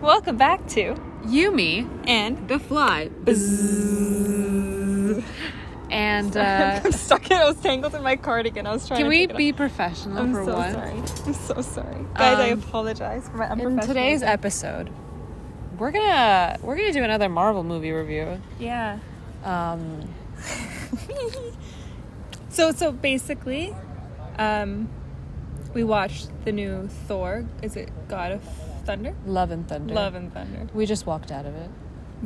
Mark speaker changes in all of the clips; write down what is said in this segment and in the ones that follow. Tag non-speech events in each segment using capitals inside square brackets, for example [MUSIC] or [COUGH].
Speaker 1: Welcome back to
Speaker 2: Yumi,
Speaker 1: and
Speaker 2: the fly, and uh,
Speaker 1: [LAUGHS] I'm stuck. In, I was tangled in my cardigan. I was trying.
Speaker 2: can
Speaker 1: to
Speaker 2: we
Speaker 1: pick it
Speaker 2: be
Speaker 1: up.
Speaker 2: professional
Speaker 1: I'm
Speaker 2: for
Speaker 1: so
Speaker 2: once?
Speaker 1: sorry. I'm so sorry, guys. I
Speaker 2: Um,
Speaker 1: apologize for my
Speaker 2: In
Speaker 1: unprofessional.
Speaker 2: today's episode, we're gonna we're gonna do another Marvel movie review.
Speaker 1: yeah.
Speaker 2: Um,
Speaker 1: [LAUGHS] so so basically, um, we watched the new Thor. Is it God of Thunder?
Speaker 2: Love and Thunder.
Speaker 1: Love and Thunder.
Speaker 2: We just walked out of it.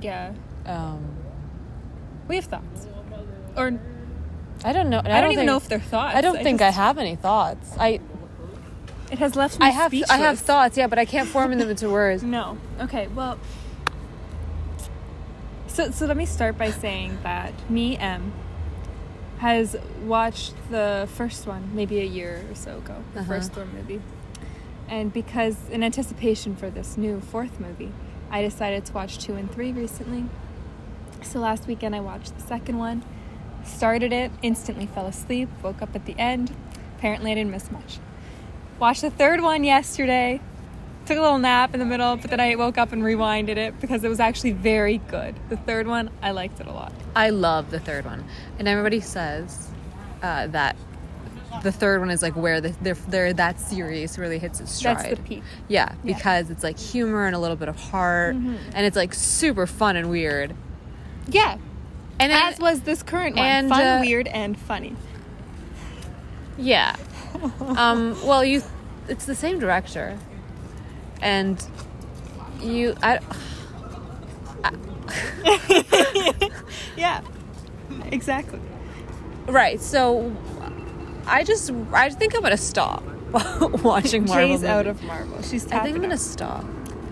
Speaker 1: Yeah.
Speaker 2: Um,
Speaker 1: We have thoughts. Or I don't,
Speaker 2: I don't know. I don't,
Speaker 1: even
Speaker 2: think-
Speaker 1: know if they're thoughts.
Speaker 2: I don't think
Speaker 1: just-
Speaker 2: I have any thoughts. I
Speaker 1: It has left me
Speaker 2: I have
Speaker 1: speechless.
Speaker 2: I have thoughts, yeah, but I can't form them into words.
Speaker 1: No. Okay. Well. So so let me start by saying that me M has watched the first one maybe a year or so ago, the
Speaker 2: Uh-huh.
Speaker 1: first Thor movie, and because in anticipation for this new fourth movie, I decided to watch two and three recently. So last weekend I watched the second one, started it, instantly fell asleep, woke up at the end. Apparently I didn't miss much. Watched the third one yesterday, took a little nap in the middle, but then I woke up and rewinded it because it was actually very good. The third one, I liked it a lot.
Speaker 2: I love the third one, and everybody says uh, that the third one is like where the they're, they're that series really hits its stride.
Speaker 1: That's the peak.
Speaker 2: Yeah,
Speaker 1: Yeah. Mm-hmm.
Speaker 2: because it's like humor and a little bit of heart, and it's like super fun and weird.
Speaker 1: Yeah.
Speaker 2: And then,
Speaker 1: As was this current one.
Speaker 2: and,
Speaker 1: Fun,
Speaker 2: uh,
Speaker 1: weird, and funny.
Speaker 2: yeah, um, well, you, it's the same director, and you, I,
Speaker 1: Yeah. Exactly.
Speaker 2: right. So, I just, I think I'm gonna stop [LAUGHS] watching Marvel.
Speaker 1: Jay's out
Speaker 2: movies.
Speaker 1: of Marvel. She's
Speaker 2: I think
Speaker 1: tapping
Speaker 2: I'm gonna
Speaker 1: out.
Speaker 2: stop.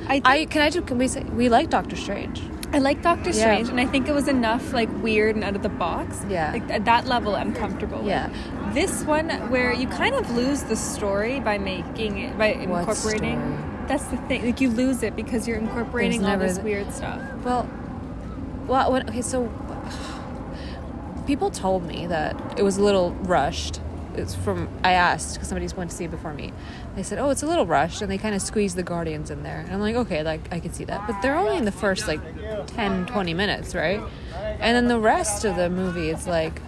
Speaker 1: I, think-
Speaker 2: I can I just can we say we like Doctor Strange?
Speaker 1: I like Doctor
Speaker 2: Yeah.
Speaker 1: Strange, and I think it was enough like weird and out of the box.
Speaker 2: Yeah.
Speaker 1: like at that level, I'm comfortable. with.
Speaker 2: Yeah.
Speaker 1: This one where you kind of lose the story by making it by
Speaker 2: What
Speaker 1: incorporating.
Speaker 2: story?
Speaker 1: That's the thing. Like you lose it because you're incorporating
Speaker 2: There's
Speaker 1: all
Speaker 2: never
Speaker 1: this
Speaker 2: the-
Speaker 1: weird stuff.
Speaker 2: Well, well, when, okay. So people told me that it was a little rushed. It's from I asked because somebody went to see it before me. They said, "Oh, it's a little rushed," and they kind of squeezed the Guardians in there. And I'm like, "Okay, like I could see that," but they're only in the first like 10, 20 minutes, right? And then the rest of the movie, it's like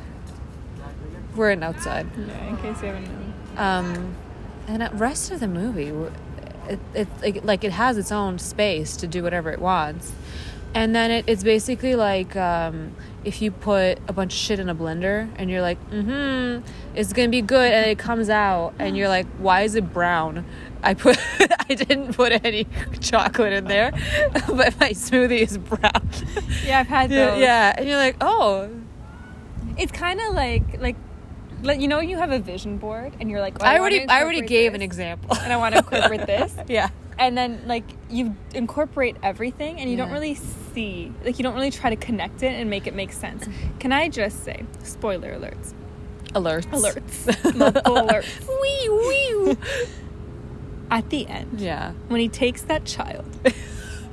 Speaker 2: we're in outside.
Speaker 1: Yeah, in case you haven't known.
Speaker 2: um, and the rest of the movie it, it like, like it has its own space to do whatever it wants and then it, it's basically like um, if you put a bunch of shit in a blender and you're like mm-hmm it's gonna be good and it comes out and you're like why is it brown i put [LAUGHS] i didn't put any [LAUGHS] chocolate in there [LAUGHS] but my smoothie is brown
Speaker 1: Yeah, I've had
Speaker 2: yeah,
Speaker 1: those.
Speaker 2: yeah and you're like oh
Speaker 1: it's kind of like like like, you know you have a vision board and you're like oh,
Speaker 2: i,
Speaker 1: wanna
Speaker 2: already i already
Speaker 1: incorporate
Speaker 2: gave
Speaker 1: this,
Speaker 2: an example
Speaker 1: and I want to
Speaker 2: [LAUGHS]
Speaker 1: incorporate this
Speaker 2: yeah
Speaker 1: and then like you incorporate everything and you don't
Speaker 2: Yeah.
Speaker 1: really see like you don't really try to connect it and make it make sense can i just say spoiler alerts
Speaker 2: alerts [LAUGHS]
Speaker 1: alerts multiple alerts
Speaker 2: wee wee.
Speaker 1: at the end
Speaker 2: yeah.
Speaker 1: when he takes that child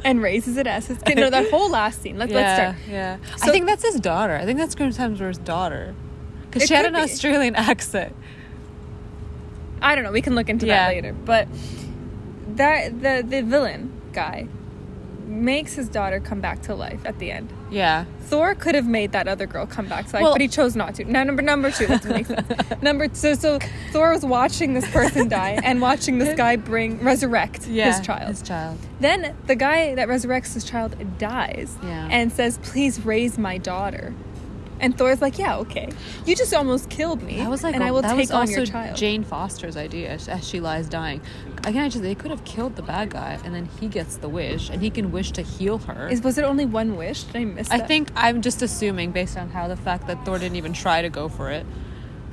Speaker 1: and raises it as his kid no that whole last scene Let, let's
Speaker 2: yeah,
Speaker 1: start
Speaker 2: yeah.
Speaker 1: So-
Speaker 2: I think that's his daughter. I think that's Grim Hemsworth's daughter.
Speaker 1: It
Speaker 2: Because she had
Speaker 1: could
Speaker 2: an
Speaker 1: be.
Speaker 2: Australian [LAUGHS] accent.
Speaker 1: i don't know we can look into
Speaker 2: Yeah.
Speaker 1: that later but that the the villain guy makes his daughter come back to life at the end
Speaker 2: Yeah.
Speaker 1: Thor could have made that other girl come back to life,
Speaker 2: Well-
Speaker 1: but he chose not to. Now number number two that doesn't make
Speaker 2: [LAUGHS]
Speaker 1: sense. number so so Thor was watching this person die and watching this guy bring resurrect
Speaker 2: Yeah.
Speaker 1: his child.
Speaker 2: His child.
Speaker 1: then the guy that resurrects his child dies
Speaker 2: Yeah.
Speaker 1: and says, "Please raise my daughter." And Thor's like, "Yeah, okay. You just almost killed me,
Speaker 2: That was like
Speaker 1: and
Speaker 2: a-
Speaker 1: I will
Speaker 2: that
Speaker 1: take
Speaker 2: was
Speaker 1: on
Speaker 2: also
Speaker 1: your child."
Speaker 2: Jane Foster's idea as- as she lies dying. Again, I just they could have killed the bad guy and then he gets the wish and he can wish to heal her.
Speaker 1: Is was it only one wish? Did I miss?
Speaker 2: I
Speaker 1: that?
Speaker 2: think I'm just assuming based on how the fact that Thor didn't even try to go for it.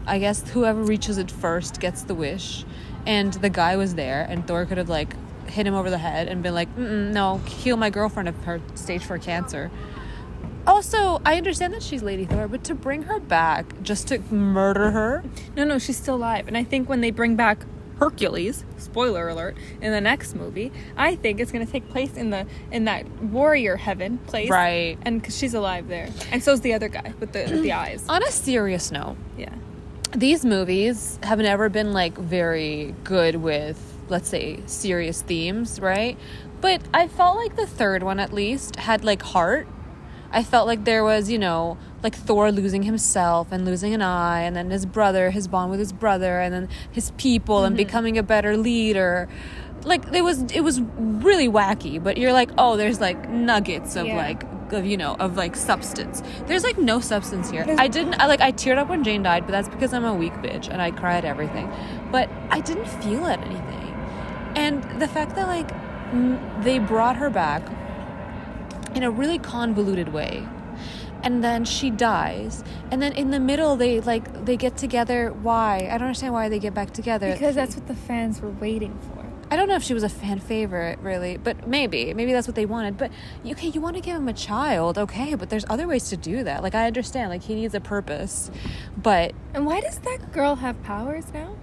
Speaker 2: I guess whoever reaches it first gets the wish, and the guy was there, and Thor could have like hit him over the head and been like, Mm-mm, "No, heal my girlfriend of her stage four cancer." Also, I understand that she's Lady Thor, but to bring her back just to murder her,
Speaker 1: No, no, she's still alive. And I think when they bring back Hercules, spoiler alert, in the next movie, I think it's going to take place in the in that warrior heaven place,
Speaker 2: Right.
Speaker 1: And because she's alive there, and so's the other guy with the with the
Speaker 2: [CLEARS THROAT]
Speaker 1: eyes.
Speaker 2: on a serious note,
Speaker 1: Yeah,
Speaker 2: these movies have never been like very good with let's say serious themes right But I felt like the third one at least had like heart. I felt like there was, you know, like Thor losing himself and losing an eye, and then his brother, his bond with his brother, and then his people, and becoming a better leader. Like it was, it was really wacky. But you're like, oh, there's like nuggets of
Speaker 1: Yeah.
Speaker 2: like, of you know, of like substance. There's like no substance here.
Speaker 1: There's-
Speaker 2: I didn't, I like, I teared up when Jane died, but that's because I'm a weak bitch and I cry at everything. But I didn't feel at anything, and the fact that like m- they brought her back in a really convoluted way and then she dies and then in the middle they like they get together why i don't understand why they get back together
Speaker 1: Because that's what the fans were waiting for.
Speaker 2: i don't know if she was a fan favorite really but maybe maybe that's what they wanted but okay you want to give him a child okay but there's other ways to do that like i understand like he needs a purpose but
Speaker 1: And why does that girl have powers now?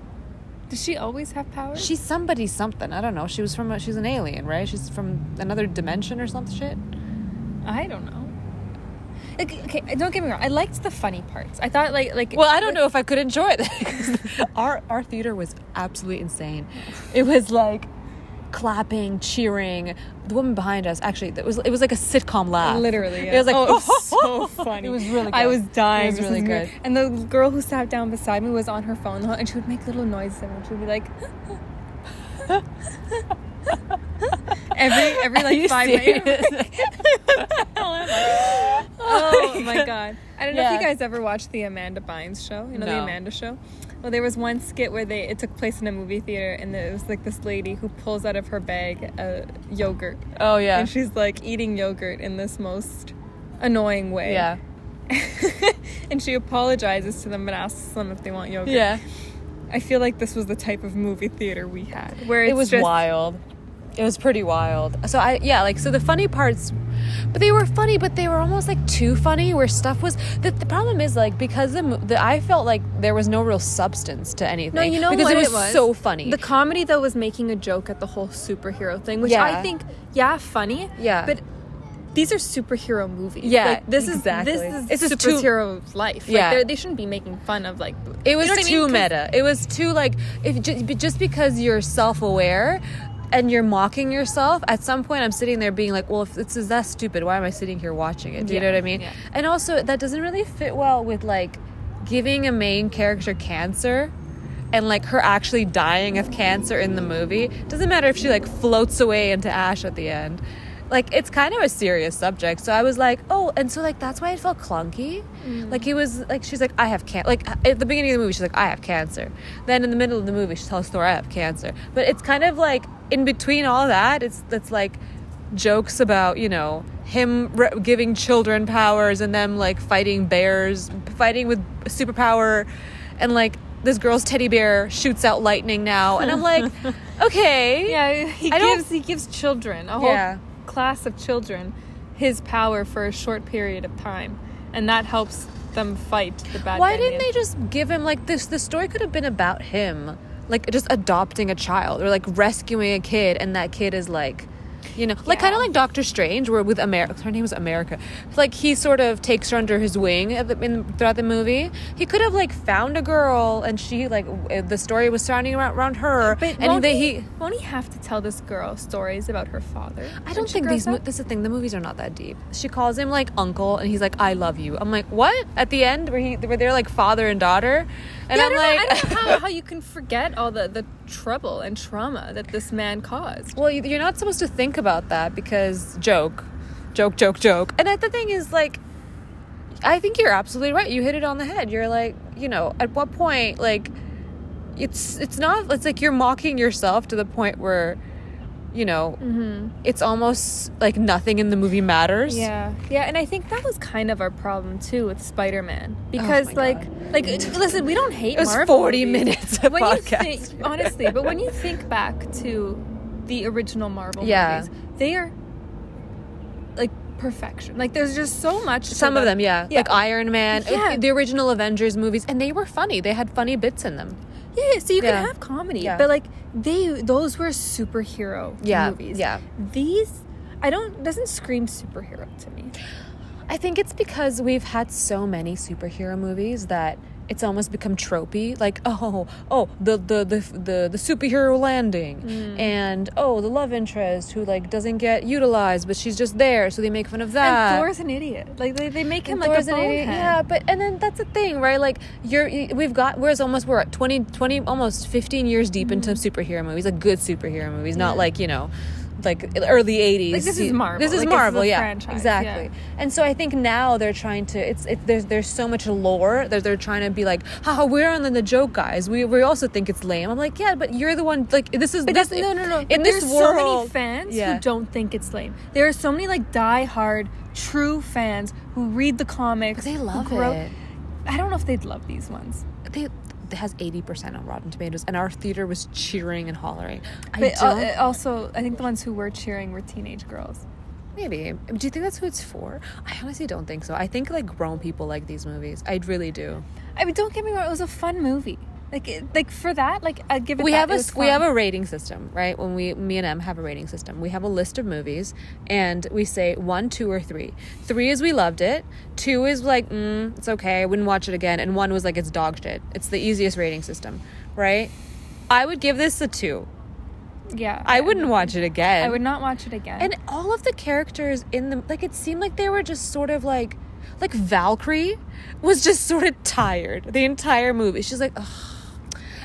Speaker 1: Does she always have powers?
Speaker 2: she's somebody something i don't know she was from a, she's an alien right she's from another dimension or some shit
Speaker 1: I don't know. Like, okay, don't get me wrong. I liked the funny parts. I thought like like
Speaker 2: Well, I don't know if I could enjoy that because [LAUGHS] our our theater was absolutely insane. It was like clapping, cheering. The woman behind us actually that was it was like a sitcom laugh.
Speaker 1: Literally,
Speaker 2: it was like
Speaker 1: oh, it
Speaker 2: [LAUGHS]
Speaker 1: was so funny.
Speaker 2: It was really. Good.
Speaker 1: I was dying.
Speaker 2: It was
Speaker 1: This
Speaker 2: really
Speaker 1: is
Speaker 2: good.
Speaker 1: weird. And the girl who sat down beside me was on her phone, the whole- and she would make little noises, and she would be like, [LAUGHS] every every
Speaker 2: Are you
Speaker 1: like five [LAUGHS]
Speaker 2: serious?
Speaker 1: minutes.
Speaker 2: [LAUGHS]
Speaker 1: Oh my god! I don't know if
Speaker 2: Yeah.
Speaker 1: you guys ever watched the Amanda Bynes show. You know
Speaker 2: No.
Speaker 1: the Amanda show. Well, there was one skit where they it took place in a movie theater, and it was like this lady who pulls out of her bag a yogurt,
Speaker 2: oh yeah.
Speaker 1: and she's like eating yogurt in this most annoying way.
Speaker 2: Yeah.
Speaker 1: and she apologizes to them and asks them if they want yogurt.
Speaker 2: Yeah.
Speaker 1: I feel like this was the type of movie theater we had, where it's
Speaker 2: It was
Speaker 1: just,
Speaker 2: wild. It was pretty wild. So I yeah, like so the funny parts but they were funny, but they were almost like too funny where stuff was the, the problem is like because the, mo- the I felt like there was no real substance to anything.
Speaker 1: No, you know
Speaker 2: because
Speaker 1: what
Speaker 2: it was, so funny.
Speaker 1: The comedy though was making a joke at the whole superhero thing, which
Speaker 2: Yeah.
Speaker 1: I think, yeah, funny.
Speaker 2: Yeah.
Speaker 1: But these are superhero movies.
Speaker 2: Yeah,
Speaker 1: Like, this
Speaker 2: exactly.
Speaker 1: is this is
Speaker 2: It's just too-
Speaker 1: superhero life. Like,
Speaker 2: Yeah.
Speaker 1: they're- they shouldn't be making fun of like.
Speaker 2: It was
Speaker 1: you know what I mean?
Speaker 2: too
Speaker 1: 'Cause-
Speaker 2: meta. It was too like if just, just because you're self-aware and you're mocking yourself, at some point I'm sitting there being like, well, if this is that stupid, why am I sitting here watching it? Do you
Speaker 1: Yeah,
Speaker 2: know what I mean?
Speaker 1: yeah.
Speaker 2: And also that doesn't really fit well with like giving a main character cancer and like her actually dying of cancer in the movie. Doesn't matter if she like floats away into ash at the end. Like it's kind of a serious subject. So I was like, oh, and so like that's why it felt clunky.
Speaker 1: Mm.
Speaker 2: Like it was like she's like I have can like at the beginning of the movie she's like I have cancer. Then in the middle of the movie she tells Thor I have cancer. But it's kind of like in between all that it's that's like jokes about you know him re- giving children powers and them like fighting bears fighting with superpower and like this girl's teddy bear shoots out lightning now and i'm like okay
Speaker 1: Yeah, he
Speaker 2: I don't-
Speaker 1: gives he gives children a whole
Speaker 2: Yeah.
Speaker 1: class of children his power for a short period of time, and that helps them fight the bad. guy
Speaker 2: why
Speaker 1: in the
Speaker 2: didn't
Speaker 1: end.
Speaker 2: they just give him like this the story could have been about him like just adopting a child or like rescuing a kid and that kid is like you know like
Speaker 1: Yeah.
Speaker 2: kind of like doctor strange where with america her name was america like he sort of takes her under his wing at the- in, throughout the movie he could have like found a girl and she like w- eh, the story was surrounding around, around her
Speaker 1: But
Speaker 2: and
Speaker 1: won't,
Speaker 2: they,
Speaker 1: he,
Speaker 2: he
Speaker 1: won't he have to tell this girl stories about her father?
Speaker 2: I
Speaker 1: when
Speaker 2: don't
Speaker 1: she
Speaker 2: think
Speaker 1: grows
Speaker 2: these.
Speaker 1: up?
Speaker 2: Mo- this is the thing. The movies are not that deep. She calls him like uncle, and he's like, "I love you." I'm like, "What?" At the end, where he, where they're like father and daughter, and
Speaker 1: Yeah, I
Speaker 2: I'm
Speaker 1: don't
Speaker 2: like,
Speaker 1: know, I don't know how, how you can forget all the, the trouble and trauma that this man caused.
Speaker 2: "Well, you- you're not supposed to think about that because joke, joke, joke, joke." And that the thing is like, I think you're absolutely right. You hit it on the head. You're like, you know, at what point like, it's it's not. It's like you're mocking yourself to the point where, you know, it's almost like nothing in the movie matters.
Speaker 1: Mm-hmm. Yeah, yeah, and I think that was kind of our problem too with Spider Man because
Speaker 2: Oh my
Speaker 1: like like listen, we don't hate
Speaker 2: It was
Speaker 1: Marvel
Speaker 2: 40
Speaker 1: movies.
Speaker 2: minutes of
Speaker 1: when
Speaker 2: podcast.
Speaker 1: You think, honestly, but when you think back to the original Marvel
Speaker 2: Yeah.
Speaker 1: movies, they are like perfection. Like there's just so much. to
Speaker 2: Some of them, yeah.
Speaker 1: Yeah.
Speaker 2: Like Iron Man, it-
Speaker 1: Yeah.
Speaker 2: the original Avengers movies, and they were funny. They had funny bits in them.
Speaker 1: Yeah, so you
Speaker 2: Yeah.
Speaker 1: can have comedy,
Speaker 2: Yeah.
Speaker 1: but like they those were superhero
Speaker 2: Yeah,
Speaker 1: movies.
Speaker 2: yeah.
Speaker 1: These I don't doesn't scream superhero to me.
Speaker 2: I think it's because we've had so many superhero movies that it's almost become tropey. Like [LAUGHS] oh oh the the the the, the superhero landing, and oh the love interest who like doesn't get utilized, but she's just there, so they make fun of that.
Speaker 1: and Thor's an idiot. Like they, they make him
Speaker 2: Uh, And
Speaker 1: like
Speaker 2: Thor's
Speaker 1: a
Speaker 2: an idiot.
Speaker 1: bonehead.
Speaker 2: Yeah, but and then that's the thing, right? Like you're you- we've got we're almost we're at 20 20 almost 15 years deep into superhero movies, like good superhero movies, not
Speaker 1: Mm-hmm. Yeah.
Speaker 2: like, you know, like early 80s.
Speaker 1: Like, this
Speaker 2: You-
Speaker 1: is Marvel.
Speaker 2: This is
Speaker 1: Like, this is a
Speaker 2: Marvel, yeah.
Speaker 1: franchise,
Speaker 2: exactly. And so I think now they're trying to it's it, there's there's so much lore that they're trying to be like, haha, we're on the joke guys. We we also think it's lame. I'm like, yeah, but you're the one like this is
Speaker 1: But
Speaker 2: this,
Speaker 1: that's, no, no, no.
Speaker 2: in
Speaker 1: But
Speaker 2: this
Speaker 1: there's
Speaker 2: world.
Speaker 1: so many fans
Speaker 2: Yeah.
Speaker 1: who don't think it's lame. There are so many like die-hard, true fans who read the comics.
Speaker 2: they
Speaker 1: who
Speaker 2: love
Speaker 1: grow-
Speaker 2: it.
Speaker 1: I don't know if they'd love these ones.
Speaker 2: they it has 80% on Rotten Tomatoes and our theater was cheering and hollering. I
Speaker 1: But
Speaker 2: don't
Speaker 1: uh, also, I think the ones who were cheering were teenage girls.
Speaker 2: maybe. Do you think that's who it's for? I honestly don't think so. I think like grown people like these movies. I really do.
Speaker 1: I mean, don't get me wrong; it was a fun movie. Like, it, like for that, like I'd give it.
Speaker 2: we
Speaker 1: that,
Speaker 2: have
Speaker 1: it
Speaker 2: a
Speaker 1: was
Speaker 2: we have
Speaker 1: fun.
Speaker 2: a rating system, right? When we me and Em have a rating system, we have a list of movies, and we say one, two, or three. Three is we loved it. Two is like mm, it's okay, I wouldn't watch it again, and one was like it's dog shit. It's the easiest rating system, right? I would give this a two.
Speaker 1: yeah.
Speaker 2: I wouldn't watch it again.
Speaker 1: I would not watch it again.
Speaker 2: And all of the characters in the like it seemed like they were just sort of like like Valkyrie was just [LAUGHS] sort of tired the entire movie. She's like, Ugh.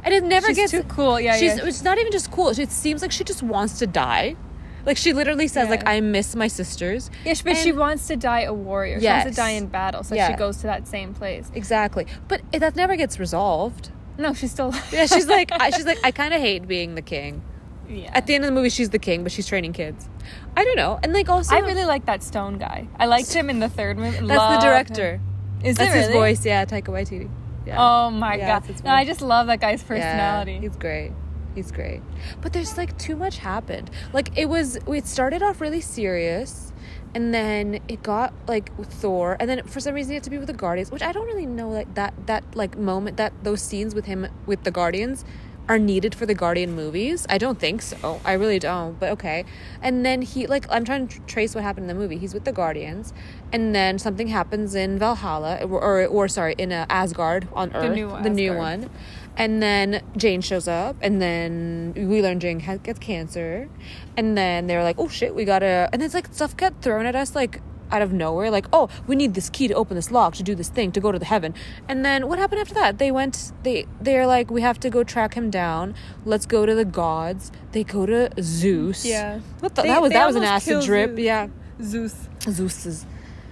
Speaker 2: and it never
Speaker 1: She's
Speaker 2: gets
Speaker 1: too cool. Yeah,
Speaker 2: she's
Speaker 1: yeah.
Speaker 2: it's not even just cool. It seems like she just wants to die. Like she literally says,
Speaker 1: Yeah.
Speaker 2: like I miss my sisters.
Speaker 1: yeah, but she
Speaker 2: and-
Speaker 1: wants to die a warrior. She wants
Speaker 2: Yes.
Speaker 1: to die in battle, so
Speaker 2: Yeah.
Speaker 1: she goes to that same place.
Speaker 2: exactly, but it, that never gets resolved.
Speaker 1: No, she's still. [LAUGHS]
Speaker 2: Yeah, she's like, I, she's like, I kind of hate being the king.
Speaker 1: yeah.
Speaker 2: At the end of the movie, she's the king, but she's training kids. I don't know, and like also,
Speaker 1: I really like that Stone guy. I liked him in the third movie.
Speaker 2: that's the director.
Speaker 1: Is
Speaker 2: That's
Speaker 1: it
Speaker 2: his
Speaker 1: really?
Speaker 2: voice, yeah, Taika Waititi. Yeah.
Speaker 1: Oh my
Speaker 2: Yeah, that's
Speaker 1: god!
Speaker 2: his
Speaker 1: No, I
Speaker 2: voice.
Speaker 1: just love that guy's
Speaker 2: Yeah,
Speaker 1: personality.
Speaker 2: he's great. He's great. But there's like too much happened. Like it was it started off really serious and then it got like with Thor and then for some reason he had to be with the Guardians, which I don't really know like that that like moment that those scenes with him with the Guardians are needed for the Guardian movies. I don't think so. I really don't. But okay. And then he like I'm trying to tr- trace what happened in the movie. He's with the Guardians and then something happens in Valhalla or or, or sorry, in uh, Asgard on Earth,
Speaker 1: new
Speaker 2: the new
Speaker 1: Asgard.
Speaker 2: one one. And then Jane shows up, and then we learn Jane ha- gets cancer. And then they're like, oh shit, we gotta. And it's like stuff got thrown at us, like out of nowhere. Like, oh, we need this key to open this lock, to do this thing, to go to the heaven. And then what happened after that? They went, they, they're like, we have to go track him down. Let's go to the gods. They go to Zeus.
Speaker 1: Yeah.
Speaker 2: What the,
Speaker 1: They-
Speaker 2: that was,
Speaker 1: they
Speaker 2: that was an
Speaker 1: almost
Speaker 2: acid
Speaker 1: killed
Speaker 2: drip.
Speaker 1: Zeus.
Speaker 2: Yeah.
Speaker 1: Zeus.
Speaker 2: Zeus's.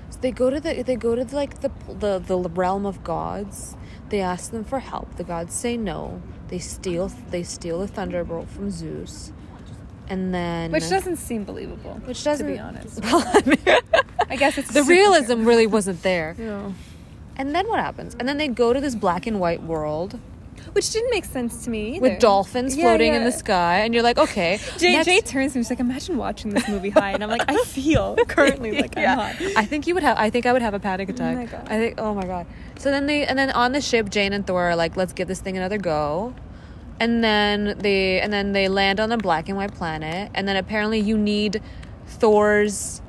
Speaker 2: So they go to the they go to like the the the realm of gods. They ask them for help. The gods say no. They steal they steal a thunderbolt from Zeus, and then
Speaker 1: Which doesn't seem believable.
Speaker 2: which doesn't
Speaker 1: to be honest.
Speaker 2: [LAUGHS] Well, I mean,
Speaker 1: I guess it's a [LAUGHS]
Speaker 2: the
Speaker 1: superhero.
Speaker 2: realism really wasn't there.
Speaker 1: No.
Speaker 2: And then what happens? And then they go to this black and white world
Speaker 1: Which didn't make sense to me.
Speaker 2: with
Speaker 1: either.
Speaker 2: dolphins
Speaker 1: Yeah,
Speaker 2: floating in
Speaker 1: yeah.
Speaker 2: the sky, and you're like, okay,
Speaker 1: Jay,
Speaker 2: next-
Speaker 1: Jay turns to me. She's like, "Imagine watching this movie high," and I'm like,
Speaker 2: [LAUGHS]
Speaker 1: "I feel currently like I'm high."
Speaker 2: I think you would have. I think I would have a panic attack.
Speaker 1: my God.
Speaker 2: I think. Oh my god. So then they and then on the ship, Jane and Thor are like, "Let's give this thing another go," and then they and then they land on a black and white planet, and then apparently you need Thor's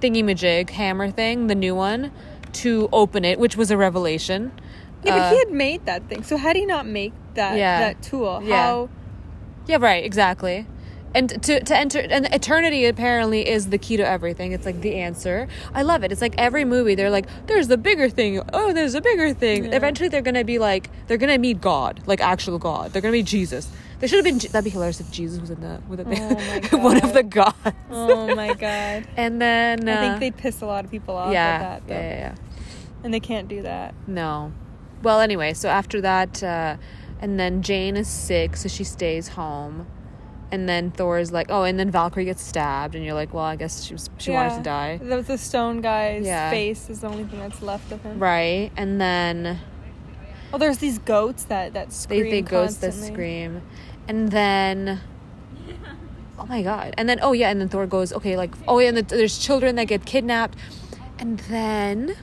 Speaker 2: thingy majig hammer thing, the new one, to open it, which was a revelation.
Speaker 1: Yeah, but
Speaker 2: Uh,
Speaker 1: he had made that thing. So how do you not make that
Speaker 2: Yeah.
Speaker 1: that tool?
Speaker 2: Yeah.
Speaker 1: How?
Speaker 2: [LAUGHS] Yeah, right, exactly. And to, to enter and eternity apparently is the key to everything. It's like the answer. I love it. It's like every movie they're like, there's the bigger thing. Oh, there's a bigger thing.
Speaker 1: Yeah.
Speaker 2: Eventually they're gonna be like, they're gonna meet God, like actual God. They're gonna be Jesus. There should have been. Je- That'd be hilarious if Jesus was in the with the,
Speaker 1: Oh my
Speaker 2: [LAUGHS] one of
Speaker 1: God.
Speaker 2: the gods.
Speaker 1: Oh my god.
Speaker 2: And then
Speaker 1: I
Speaker 2: uh,
Speaker 1: think they'd piss a lot of people off
Speaker 2: yeah,
Speaker 1: with that, though.
Speaker 2: yeah, yeah, yeah.
Speaker 1: and they can't do that.
Speaker 2: No. Well, anyway, so after that, uh, and then Jane is sick, so she stays home. And then Thor is like, oh, and then Valkyrie gets stabbed, and you're like, well, I guess she was, she wanted to
Speaker 1: Yeah.
Speaker 2: die,
Speaker 1: The, the stone guy's
Speaker 2: Yeah.
Speaker 1: face is the only thing that's left of him.
Speaker 2: right? And then
Speaker 1: Oh, there's these goats that that
Speaker 2: they
Speaker 1: scream.
Speaker 2: they goes the
Speaker 1: constantly.
Speaker 2: scream, and then. Oh my god! And then oh yeah, and then Thor goes okay like oh yeah, and the, there's children that get kidnapped, and then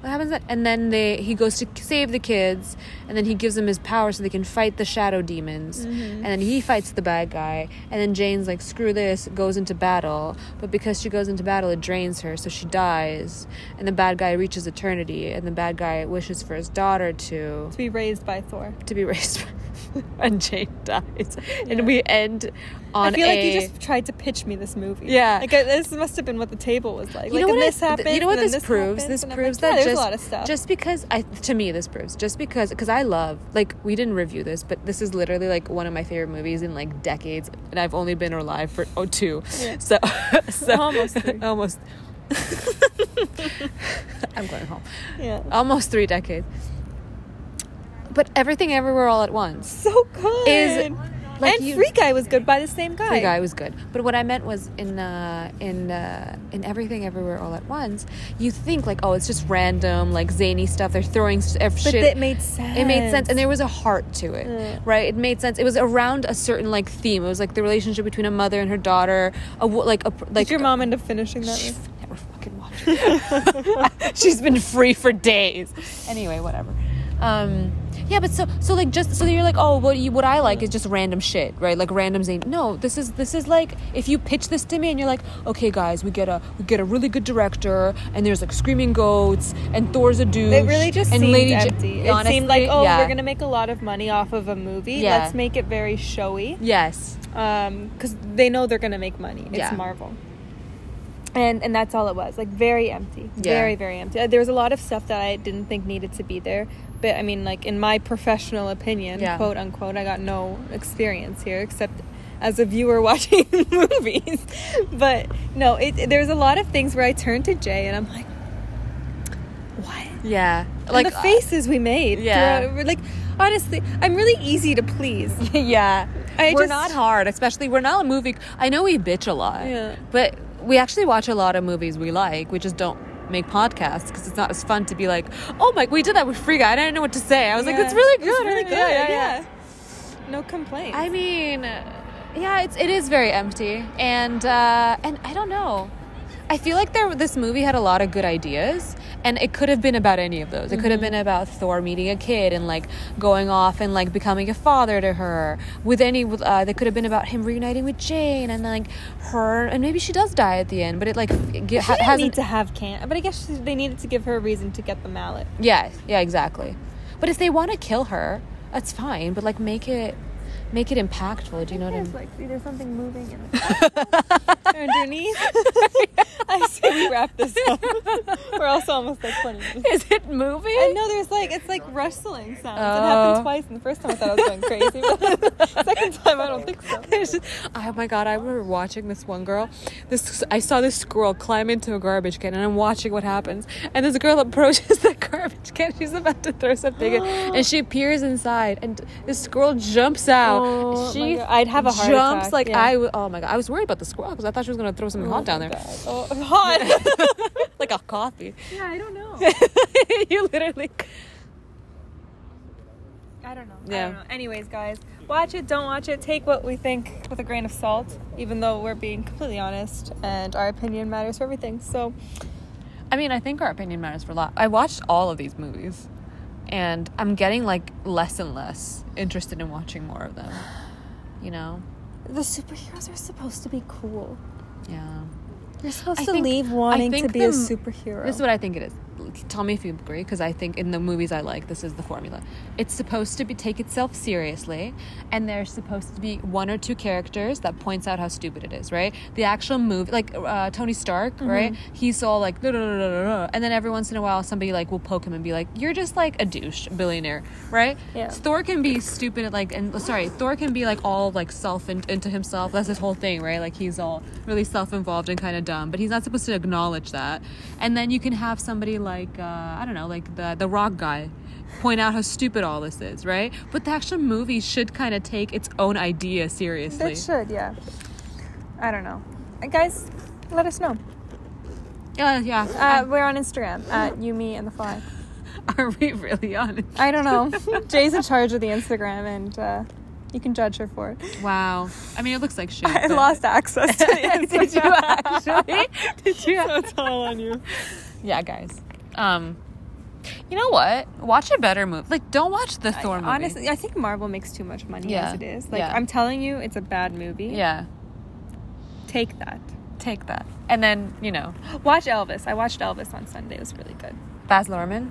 Speaker 2: What happens then? And then they he goes to save the kids, and then he gives them his power so they can fight the shadow demons.
Speaker 1: Mm-hmm.
Speaker 2: And then he fights the bad guy, and then Jane's like, "Screw this!" goes into battle, but because she goes into battle, it drains her, so she dies. And the bad guy reaches eternity, and the bad guy wishes for his daughter to
Speaker 1: To be raised by Thor.
Speaker 2: to be [LAUGHS] raised, and Jane dies, and we end on
Speaker 1: I feel
Speaker 2: a.
Speaker 1: like you just tried to pitch me this movie.
Speaker 2: Yeah.
Speaker 1: Like I, this must have been what the table was like.
Speaker 2: You
Speaker 1: like
Speaker 2: know what
Speaker 1: and this
Speaker 2: I- th-
Speaker 1: happens.
Speaker 2: You know what
Speaker 1: and then
Speaker 2: this, proves?
Speaker 1: happens,
Speaker 2: This
Speaker 1: and I'm
Speaker 2: proves
Speaker 1: like, yeah,
Speaker 2: that
Speaker 1: there's
Speaker 2: just
Speaker 1: a lot of stuff.
Speaker 2: just because I to me this proves just because because I love like we didn't review this, but this is literally like one of my favorite movies in like decades, and I've only been alive for oh two,
Speaker 1: Yeah.
Speaker 2: [LAUGHS] so so
Speaker 1: Almost three.
Speaker 2: [LAUGHS]
Speaker 1: [LAUGHS]
Speaker 2: almost. I'm going home.
Speaker 1: yeah.
Speaker 2: Almost three decades, but everything everywhere all at once.
Speaker 1: so good.
Speaker 2: is, like,
Speaker 1: and
Speaker 2: you-
Speaker 1: Free Guy was good by the same guy.
Speaker 2: Free Guy was good, but what I meant was in uh, in uh, in Everything Everywhere All at Once. You think like, oh, it's just random, like zany stuff. They're throwing s- ev-
Speaker 1: But
Speaker 2: shit.
Speaker 1: it made sense.
Speaker 2: It made sense, and there was a heart to it,
Speaker 1: Yeah.
Speaker 2: right? It made sense. It was around a certain like theme. It was like the relationship between a mother and her daughter. A wo- like a pr- like
Speaker 1: Did your mom end up finishing that?
Speaker 2: she
Speaker 1: one?
Speaker 2: f- never fucking watched it. [LAUGHS] She's been free for days. Anyway, whatever. Um, yeah, but so so like just so you're like oh what you what I like is just random shit right like random zane. No, this is this is like if you pitch this to me and you're like okay guys we get a we get a really good director and there's like screaming goats and Thor's a douche.
Speaker 1: It really just
Speaker 2: and
Speaker 1: seemed
Speaker 2: Lady J-
Speaker 1: empty. it
Speaker 2: honestly,
Speaker 1: seemed like, oh,
Speaker 2: yeah.
Speaker 1: we're gonna make a lot of money off of a movie.
Speaker 2: Yeah.
Speaker 1: Let's make it very showy,
Speaker 2: yes
Speaker 1: because Um, they know they're gonna make money. It's
Speaker 2: Yeah.
Speaker 1: Marvel. And and that's all it was. Like very empty,
Speaker 2: Yeah.
Speaker 1: very very empty. Uh, There was a lot of stuff that I didn't think needed to be there, but I mean, like in my professional opinion,
Speaker 2: Yeah.
Speaker 1: quote unquote, I got no experience here except as a viewer [LAUGHS] watching movies. But no, it, there's a lot of things where I turned to Jay and I'm like, what?
Speaker 2: yeah
Speaker 1: like the faces we made.
Speaker 2: uh, Yeah.
Speaker 1: throughout- we're like honestly, I'm really easy to please.
Speaker 2: [LAUGHS] yeah.
Speaker 1: I
Speaker 2: we're
Speaker 1: just-
Speaker 2: not hard, especially we're not a movie. I know we bitch a lot,
Speaker 1: Yeah.
Speaker 2: but we actually watch a lot of movies we like. We just don't make podcasts because it's not as fun to be like, oh my, we did that with Free Guy. I didn't know what to say. I was like,
Speaker 1: Yeah.
Speaker 2: it's really
Speaker 1: It
Speaker 2: good.
Speaker 1: was really
Speaker 2: Yeah,
Speaker 1: good.
Speaker 2: yeah,
Speaker 1: Yeah.
Speaker 2: yeah.
Speaker 1: No complaints.
Speaker 2: I mean, yeah, it's it is very empty, and uh, and I don't know. I feel like there this movie had a lot of good ideas, and it could have been about any of those. It could have
Speaker 1: Mm-hmm.
Speaker 2: been about Thor meeting a kid and like going off and like becoming a father to her. With any, with, uh, they could have been about him reuniting with Jane and like her, and maybe she does die at the end. But it like it ge-
Speaker 1: she
Speaker 2: ha-
Speaker 1: didn't
Speaker 2: hasn't.
Speaker 1: need to have can, but I guess she, they needed to give her a reason to get the mallet.
Speaker 2: yeah, yeah, exactly. But if they want to kill her, that's fine. But like make it. Make it impactful. Do you know what I mean?
Speaker 1: like either something moving in [LAUGHS] underneath. I say we wrap this up. [LAUGHS] We're also almost like 20 minutes.
Speaker 2: [LAUGHS] Is it moving?
Speaker 1: I know there's like it's like rustling sounds. It happened
Speaker 2: Oh.
Speaker 1: twice, and the first time I thought I was going crazy. But [LAUGHS] second time I don't think so.
Speaker 2: [LAUGHS] There's just- oh my god! I remember watching this one girl. This I saw this squirrel climb into a garbage can, and I'm watching what happens. And this girl [LAUGHS] approaches the garbage can. She's about to throw something, in, and
Speaker 1: [GASPS]
Speaker 2: she appears inside, and this squirrel jumps out.
Speaker 1: Oh my
Speaker 2: she
Speaker 1: God. I'd have a heart
Speaker 2: jumps
Speaker 1: attack,
Speaker 2: like
Speaker 1: yeah.
Speaker 2: I. w- Oh my god! I was worried about the squirrel because I thought she was gonna throw something hot down there,
Speaker 1: Oh, [LAUGHS] hot.
Speaker 2: [LAUGHS] like a coffee. [LAUGHS]
Speaker 1: yeah, I don't know.
Speaker 2: you literally.
Speaker 1: [LAUGHS] I don't know. I
Speaker 2: Yeah.
Speaker 1: don't know. Anyways, guys, watch it, don't watch it. Take what we think with a grain of salt, even though we're being completely honest and our opinion matters for everything. So,
Speaker 2: I mean, I think our opinion matters for a lot. I watched all of these movies, and I'm getting like less and less interested in watching more of them. You know?
Speaker 1: the superheroes are supposed to be cool.
Speaker 2: Yeah.
Speaker 1: You're supposed
Speaker 2: I
Speaker 1: to
Speaker 2: think-
Speaker 1: leave
Speaker 2: I
Speaker 1: wanting to
Speaker 2: think
Speaker 1: be
Speaker 2: the
Speaker 1: a
Speaker 2: m-
Speaker 1: superhero.
Speaker 2: This is what I think it is. Tell me if you agree, because I think in the movies I like, this is the formula. It's supposed to be take itself seriously, and there's supposed to be one or two characters that points out how stupid it is, right? The actual movie, like uh, Tony Stark,
Speaker 1: Mm-hmm.
Speaker 2: right? He's all like, "No, no, no, no, no," no," and then every once in a while somebody like will poke him and be like, "You're just like a douche billionaire," right?
Speaker 1: Yeah.
Speaker 2: Thor can be stupid at like, and sorry, Thor can be like all like self in, into himself. That's his whole thing, right? Like he's all really self involved and kind of dumb, but he's not supposed to acknowledge that. And then you can have somebody like uh, I don't know, like the the rock guy, point out how stupid all this is, right? But the actual movie should kind of take its own idea seriously.
Speaker 1: it should, yeah. I don't know. Uh, Guys, let us know.
Speaker 2: Yeah, yeah. [LAUGHS]
Speaker 1: Uh, we're on Instagram at you, me, and the fly.
Speaker 2: Are we really on? it?
Speaker 1: I don't know.
Speaker 2: [LAUGHS]
Speaker 1: Jay's in charge of the Instagram, and uh, you can judge her for it.
Speaker 2: Wow. I mean, it looks like shit.
Speaker 1: I
Speaker 2: but-
Speaker 1: lost access to the Instagram.
Speaker 2: [LAUGHS] Did you
Speaker 1: [LAUGHS]
Speaker 2: actually? Did you?
Speaker 1: so it's all on you.
Speaker 2: Yeah, guys. Um, You know what? Watch a better movie. Like, don't watch the Thor movie.
Speaker 1: Honestly, I think Marvel makes too much money
Speaker 2: Yeah.
Speaker 1: as it is. Like
Speaker 2: Yeah.
Speaker 1: I'm telling you, it's a bad movie.
Speaker 2: yeah,
Speaker 1: Take that.
Speaker 2: take that. And then you know,
Speaker 1: Watch Elvis. I watched Elvis on Sunday. It was really good.
Speaker 2: Baz Luhrmann.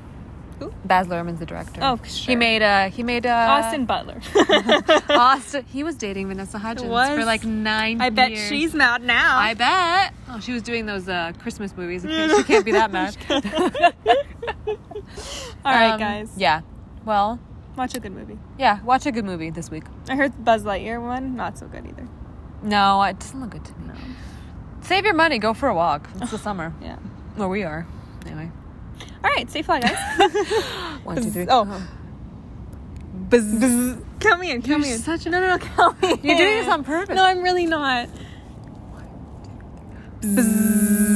Speaker 1: Who?
Speaker 2: Baz Luhrmann's the director.
Speaker 1: Oh, sure.
Speaker 2: He made uh he made uh
Speaker 1: Austin Butler.
Speaker 2: [LAUGHS] Austin. He was dating Vanessa Hudgens
Speaker 1: Was?
Speaker 2: for like nine.
Speaker 1: I bet
Speaker 2: years.
Speaker 1: she's mad now.
Speaker 2: I bet. Oh, she was doing those uh, Christmas movies. She can't be [LAUGHS]
Speaker 1: [LAUGHS]
Speaker 2: that mad. All
Speaker 1: All right, guys.
Speaker 2: Yeah. Well,
Speaker 1: Watch a good movie.
Speaker 2: yeah. Watch a good movie this week.
Speaker 1: I heard the Buzz Lightyear one, not so good either.
Speaker 2: No, it doesn't look good to me. Save your money. Go for a walk. It's the summer
Speaker 1: Yeah.
Speaker 2: where we are. Anyway.
Speaker 1: All right, stay fly, guys.
Speaker 2: [LAUGHS] One, two, three.
Speaker 1: Oh.
Speaker 2: Buzz.
Speaker 1: come in, come
Speaker 2: You're [LAUGHS]
Speaker 1: in.
Speaker 2: such a-
Speaker 1: no, no, no, come in.
Speaker 2: You're doing this on purpose.
Speaker 1: No, I'm really not.
Speaker 2: Buzz.